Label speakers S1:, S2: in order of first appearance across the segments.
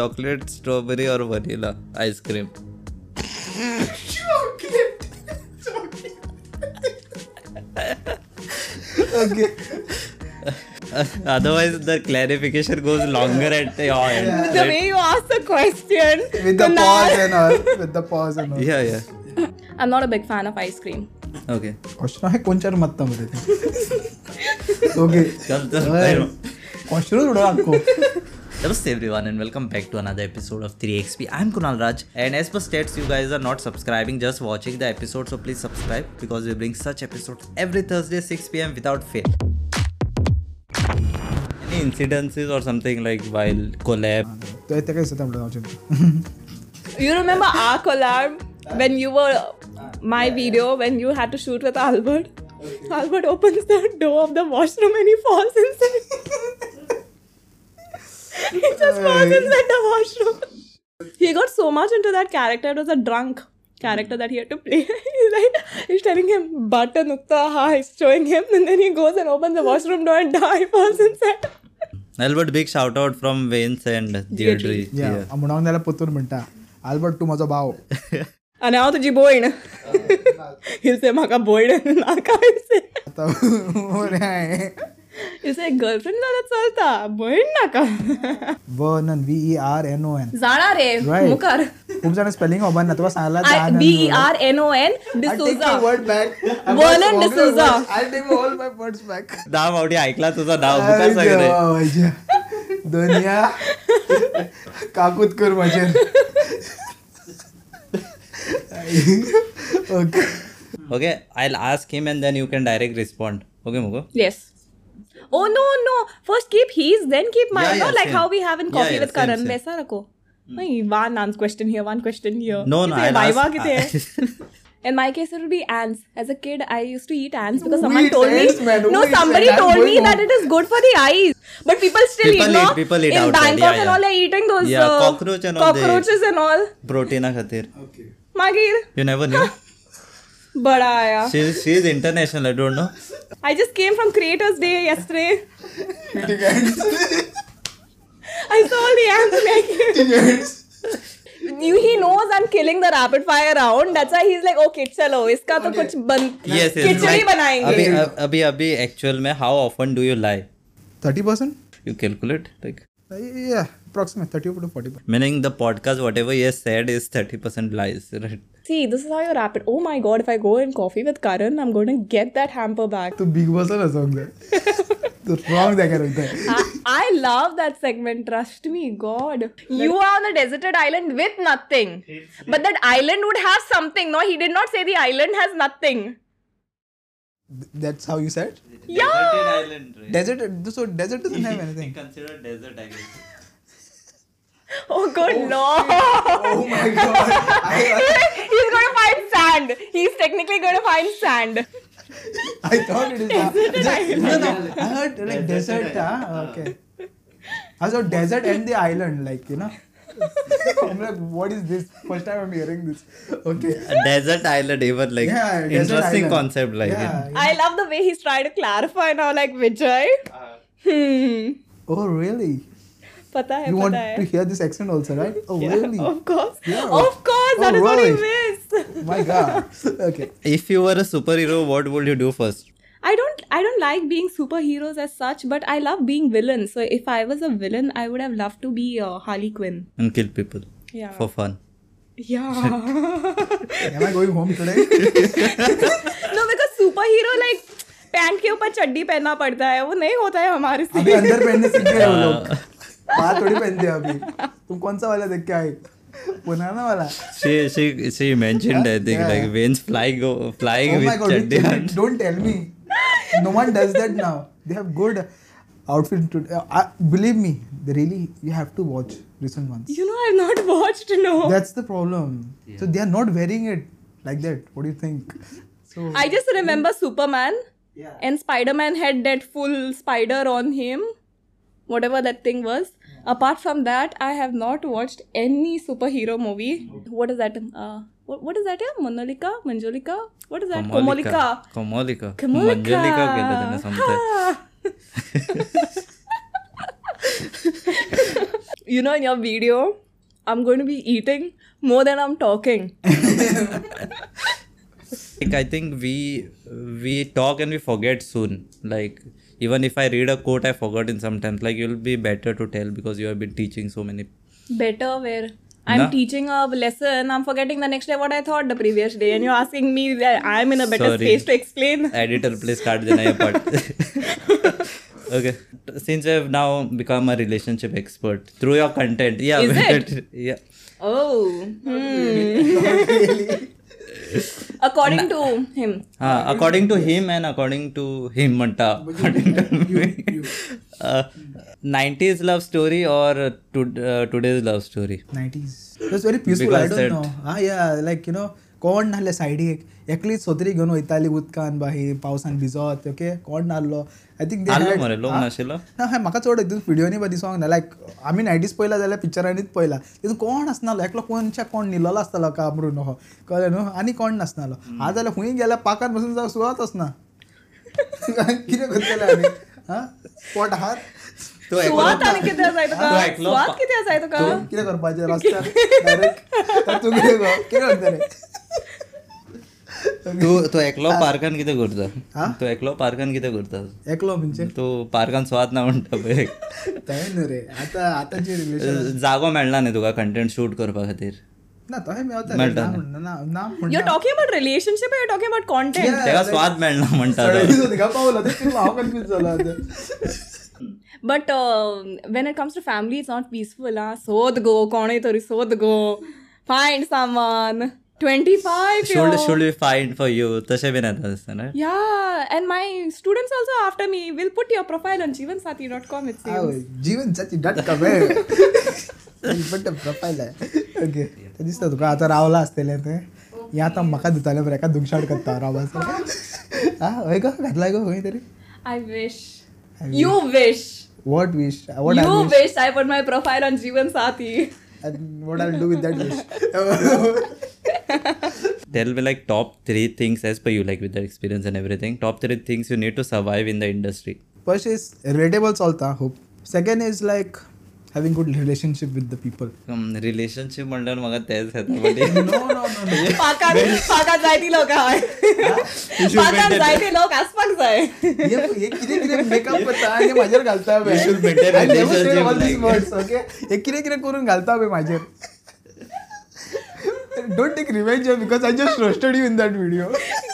S1: Chocolate strawberry और vanilla ice cream otherwise the clarification goes longer at your end
S2: The way you asked the question.
S3: With the
S2: Kunal.
S3: pause and all. With the pause and all.
S1: right? yeah yeah
S2: I'm not a big fan of ice cream.
S1: okay
S3: question आहे कोणच्यावर मत मध्ये okay
S1: Kal tar-
S3: question थोडं आपको
S1: Namaste everyone and welcome back to another episode of 3XP. I'm Kunal Raj and as per stats you guys are not subscribing just watching the episode so please subscribe because we bring such episodes every Thursday 6pm without fail. Any incidences or something like while collab?
S3: तर ते काय सतत आपलं
S2: You remember our collab when you were my video when you had to shoot with Albert? Albert opens the door of the washroom and he falls inside. he just falls inside the washroom. He got so much into that character. It was a drunk character that he had to play. he's like, he's telling him butter nukta ha. He's showing him, and then he goes and opens the washroom door and die falls inside.
S1: Albert big shout out from Vince and Deirdre.
S3: या म्हणून त्याला पोतून म्हणता Albert तू माझा भाव
S2: आणि हांव तुजी भयण हिल्से म्हाका भयण नाका हिल्से
S3: आता बरे आहे
S2: हिल्से गर्लफ्रेंड जाल्यार चलता भयण नाका
S3: one N V E R N O N
S2: जाणा रे
S3: Right.
S2: मुखार
S3: खूप जण स्पेलिंग खबर ना तुका सांगला
S2: I B E R N O N D'Souza E Vernon D'Souza.
S1: नाव आवडी ऐकला तुझा हो नाव मुखार सांगले
S3: दुनिया काकूत कर माझे okay
S1: okay I ask him and then you can direct respond okay मुगो
S2: yes oh no no first keep his then keep my
S1: Yeah, yeah,
S2: not like
S1: same.
S2: How we have in
S1: Yeah,
S2: coffee
S1: yeah,
S2: with
S1: same, Hmm.
S2: Karan
S1: same.
S2: वैसा रखो नहीं one आंस question here one question here
S1: no no I
S2: viva किते है In my case, it would be ants. As a kid, I used to eat ants because someone
S3: eats
S2: told me.
S3: ants, man? Who
S2: No,
S3: eats
S2: somebody
S3: ants?
S2: told
S3: Going
S2: me that
S3: home.
S2: it is good for the eyes. But people still
S1: People
S2: eat, no?
S1: eat- people eat
S2: In
S1: outside,
S2: Bangkok
S1: yeah,
S2: and
S1: yeah.
S2: all, are eating those
S1: Yeah,
S2: uh,
S1: cockroach and all they-
S2: cockroaches and all.
S1: प्रोटीना खातीर
S2: Magir,
S1: you never knew
S2: bada aaya.
S1: She she is international I don't know
S2: I just came from Creators Day yesterday. I saw all the ants making. You, he knows I'm killing the rapid fire round. That's why he's like, okay, chalo, iska to kuch ban.
S1: Yes yes
S2: khichdi बनाएंगे
S1: अभी अभी अभी actual में how often do you lie
S3: thirty percent
S1: you calculate like
S3: या approximate thirty to forty
S1: meaning the podcast whatever ये said is thirty percent lies right
S2: See, this is how you're rapid. Oh my god, if I go in coffee with Karan, I'm going to get that hamper back.
S3: तू big boss ना सांग तू wrong जाग्यार वयता
S2: I, I love that segment, trust me, God. You are on a deserted island with nothing. But that island would have something. No, he did not say the island has nothing.
S3: that's how you said
S2: Yeah!
S3: desert so desert doesn't have anything
S2: Oh good lord!
S3: oh my god I, uh,
S2: He's gonna find sand. He's technically gonna find sand.
S3: I thought it is desert no no I heard like desert huh? okay I saw desert and the island like you know I'm like what is this first time I'm hearing this okay
S1: desert island ever like
S3: yeah desert
S1: interesting
S3: island.
S1: Concept
S3: yeah,
S1: like
S2: I love the way he's trying to clarify now, like Vijay. Hmm.
S3: oh really
S2: Pata hai,
S3: you want
S2: pata hai.
S3: to hear this accent also right oh
S2: Yeah,
S3: really
S2: Of course.
S3: Yeah.
S2: Of course. That
S3: Oh,
S2: is what he
S3: right.
S2: missed.
S3: my god okay
S1: if you were a super hero what would you do first
S2: I don't I don't like being superheroes as such, but I love being villains. So if I was a villain, I would have loved to be uh, Harley Quinn.
S1: And kill people
S2: Yeah.
S1: For fun
S2: Yeah.
S3: am I going home today
S2: no, because superhero like pant के ऊपर चड्डी पहनना पड़ता है वो नहीं होता है हमारे से
S3: अभी अंदर पहनने सीख गए वो लोग बाहर थोड़ी पहनते हैं अभी तुम कौन सा वाला देख के आए पुराना वाला
S1: she she she mentioned I think like veins flying o- flying
S3: oh my
S1: with
S3: god
S1: chaddi
S3: don't,
S1: and-
S3: don't tell me no one does that now they have good outfit to uh, I, believe me they really you have to watch recent ones
S2: You know, I've not watched no.
S3: that's the problem so they are not wearing it like that what do you think so
S2: I just remember Superman and Spider Man had that full spider on him, whatever that thing was. Apart from that, I have not watched any superhero movie. What is that? Uh, what, what is that? Yeah, Monolika, Manjolika. What is that? Komolika.
S1: Komolika
S2: Komolika.
S1: Manjulika केलं त्याने समजतंय
S2: Ah. you know, in your video, I'm going to be eating more than I'm talking.
S1: like i think we we talk and we forget soon like even if i read a quote i forgot in sometimes like you'll be better to tell because you have been teaching so many
S2: Better where I'm
S1: Nah.
S2: teaching a lesson, I'm forgetting the next day what I thought the previous day, and you're asking me that I'm in a better
S1: Sorry.
S2: space to explain.
S1: editor please start the new part okay since i've now become a relationship expert through your content yeah
S2: Is
S1: but- yeah
S2: Oh. Hmm. According to him.
S1: uh, according to him and according to him Manta, according to me. Uh, 90s love story or to, uh, today's love story
S3: 90s. That's very peaceful. I
S1: Because
S3: don't
S1: that-
S3: know. Ah, yeah, like you know, कोण नाहले सायडीक एकली सोत्री घेवन वयताली उदकान बाही पावसान भिजत okay कोण नाहलो I think
S1: आलो मरे लोक नाशिल्लो
S3: ना हाय म्हाका चड हितून व्हिडिओनी बी दिसोंक ना लायक आमी नायटीज पयला जाल्यार पिक्चरांनीच पयला तितून कोण आसनालो एकलो कोणच्या कोण निलोलो आसतालो कामरू न्हू कळ्ळें न्हू आनी कोण नासनालो आज जाल्यार खंय गेल्यार पाकान बसून जावं सुवात आसना कितें करतले आमी हा स्पॉट आहात
S1: तो
S2: स्वाद आणि किती असायचं
S1: तो
S2: का
S1: ऐकलं.
S2: स्वाद किती असायचं का
S3: कितें करपाचें रस्त्यार डायरेक्ट तूं कितें गो कितें करतले
S1: तू तो एकलो पार्कान कितें करता
S3: हा?
S1: तो एकलो पार्कान कितें करता
S3: एकलो म्हणजे
S1: तो पार्कान स्वाद ना म्हणटा पळय
S3: तहें न्हू रे आतां आतांचे रिलेशन
S1: जागो मेळना न्ही तुका कंटेंट शूट करपा खातीर
S3: ना तहें मेळता रे.
S1: मेळटा
S3: ना
S1: न्ही.
S3: म्हणना, ना- ना
S2: You're
S3: म्हणना
S2: talking about relationship or you're talking about content?
S3: Yeah.
S1: तेका स्वाद मेळना म्हणटा तो.
S3: सडळीच उदका पावलो तें तितून हांव कन्फ्यूज जालो आतां
S2: But uh, when it comes to family, it's not peaceful. ah. Huh? Sod go, kone tori sod go. Find someone. 25
S1: should
S2: year
S1: should be fine for you तशें बीन येता दिसता ना
S2: Yeah, and my students also after me will put your profile on jivansati.com. It seems.
S3: आवय, Jeevansathi dot com आहे पण profile आहे okay ते दिसता तुका आता रावला आसतलें तें हे आतां म्हाका दितालें बरें एका दुमशाट करता रावला हा हय गो घातला गो खंय तरी
S2: I wish.
S3: I
S2: You wish.
S3: What wish what I
S2: you
S3: wish
S2: wish I put my profile on Jivansati.
S3: What I do with that wish
S1: there will be like top three things as per you like with that experience and everything top three things you need to survive in the industry
S3: first is relatable चलता खूब second is like having good relationship with the people
S1: um, relationship म्हणल्यार म्हाका तेच येता but
S3: no no no
S2: पाकात पाकात जायती लोक हाय पाकात जायते लोक आसपाक जाय
S3: ये ये किरे किरे मेकअप करता आणि माझ्यावर घालता बे.
S1: You should better
S3: I never say
S1: relationship
S3: all these
S1: like-
S3: words, okay? हे किरे किरे करून घालता बे माझ्यावर don't take revenge because I just roasted you in that video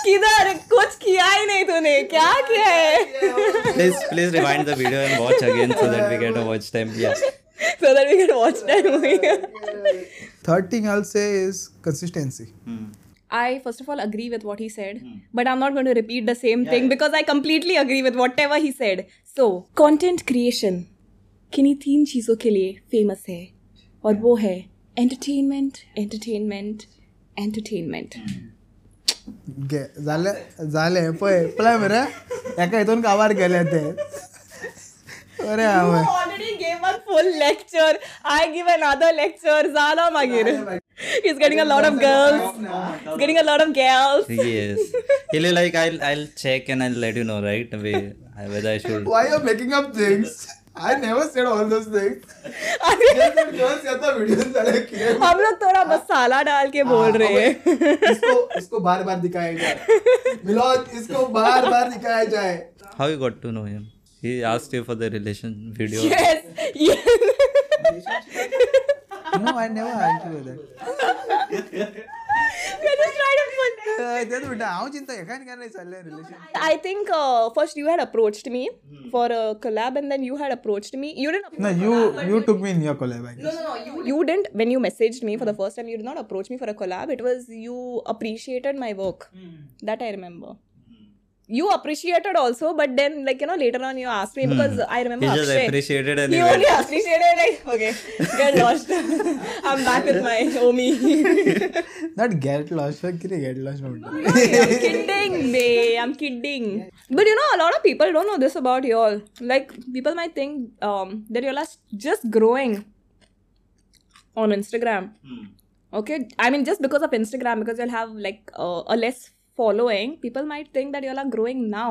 S2: किधर कुछ किया ही नहीं तूने क्या किया है
S1: please please rewind the video and watch again so that we get a watch time yeah
S2: so that we can watch that movie
S3: third thing I say is consistency
S1: Hmm.
S2: I first of all agree with what he said, but I'm not going to repeat the same thing because I completely agree with whatever he said. So, content creation किन्हीं तीन चीज़ों के लिए famous है और वो है entertainment, entertainment, entertainment.
S3: घे झालं झाले पळय पळय मरे एका हितून काबार गेले ते अरे आवय
S2: You already gave one full lecture. I give another lecture. Zala magir. He's getting a lot of girls. He's getting a lot of girls.
S1: yes Ili, like I'll I'll check and I'll let you know right away whether I should
S3: why are making up things I never said all those things girls येता video झाले किरे
S2: हम लोग थोड़ा मसाला डाल के बोल
S3: हाँ,
S2: रहे हैं
S3: इसको इसको बार बार दिखाया जाए मिलोद इसको बार बार दिखाया जाए
S1: how you got to know him he asked you for the relation video
S2: Yes, yes.
S3: No I never answer with that
S2: We're just trying to put-
S3: तेच म्हणटा हांव चिंता एकान काय नाही चालले relation
S2: I think uh, first you had approached me
S1: Hmm.
S2: for a collab, and then you had approached me. You didn't.
S3: No, you you took me in your collab, I guess.
S2: No, you, you didn't. When you messaged me for
S1: Hmm.
S2: the first time, you did not approach me for a collab. It was you appreciated my work.
S1: Hmm.
S2: That I remember. You appreciated also, but then like you know later on you asked me because I
S1: he
S2: remember
S1: Hmm. just
S2: Akshay.
S1: appreciated and
S2: He
S1: he
S2: only
S1: went
S2: appreciated like okay, get lost. I'm back with my Omi.
S3: Not get lost, but किती get lost म्हणतो.
S2: I'm kidding, babe. I'm kidding. But you know, a lot of people don't know this about y'all. Like, people might think um, that y'all are just growing on Instagram. Okay? I mean, just because of Instagram, because you'll have like uh, a less following, people might think that y'all are growing now.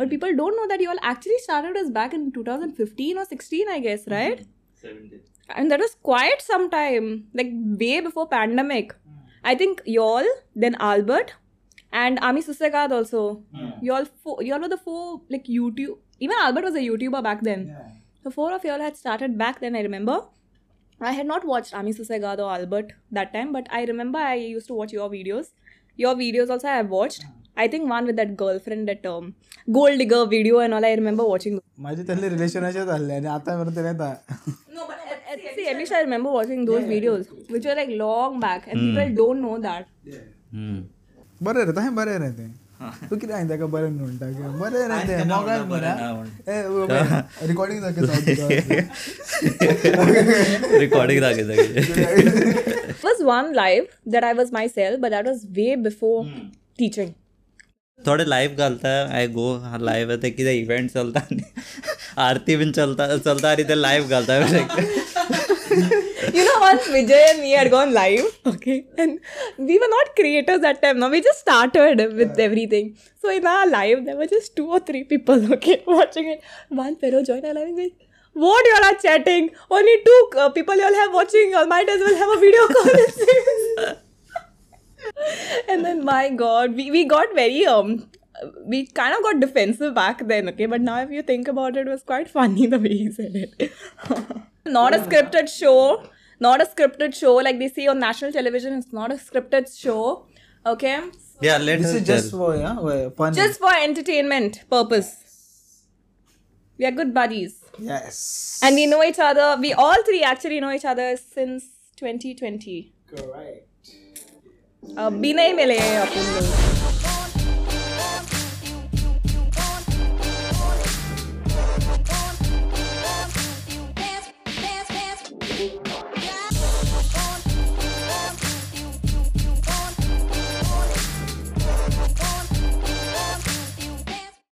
S2: But people don't know that y'all actually started us back in 2015 or 16, I guess, right?
S4: seven days.
S2: and that was quite some time like way before pandemic i think y'all then albert and ami susegad also y'all four, y'all were the four like youtube even albert was a youtuber back then
S3: Yeah.
S2: the four of y'all had started back then i remember i had not watched ami susegad or albert that time but i remember i used to watch your videos your videos also i have watched i think one with that girlfriend that um, gold digger video and all i remember watching
S3: माझे त्यातले relation असे चालले आणि आतापर्यंत नाही आता
S2: No, but at, at, see, at least I remember watching those videos, which were like long back, and people don't know that.
S1: Hmm.
S3: बरे रहता है बरे रहते हैं तू किती सांगता का बरे म्हणून टाक बरे रहते हैं मग काय Eh, म्हणा रिकॉर्डिंग दाखवतो
S1: Recording राखे सगळे.
S2: was one live that I was myself, but that was way before teaching.
S1: थोडे लाईव्ह घालता आय गो लाईव्ह येते कितें इव्हेंट चलता आनी आरती बीन चलता चलता आनी ते लाईव्ह घालता
S2: You know, once Vijay and me had gone live, okay, and we were not creators that time. Now we just started with everything. So in our live, there were just two or three people, okay, watching it. One fellow joined our live and said, "What y'all are chatting? Only two uh, people y'all have watching. Y'all might as well have a video call." and say- and then my god we, we got very um we kind of got defensive back then okay but now if you think about it it was quite funny the way he said it not a scripted show not a scripted show like they say on national television it's not a scripted show okay
S1: या let
S3: this is just for fun
S2: just for entertainment purpose we are good buddies
S3: yes
S2: and we know each other we all three actually know each other since 2020
S3: correct
S2: uh, बिना ही मिले हैं अपन लोग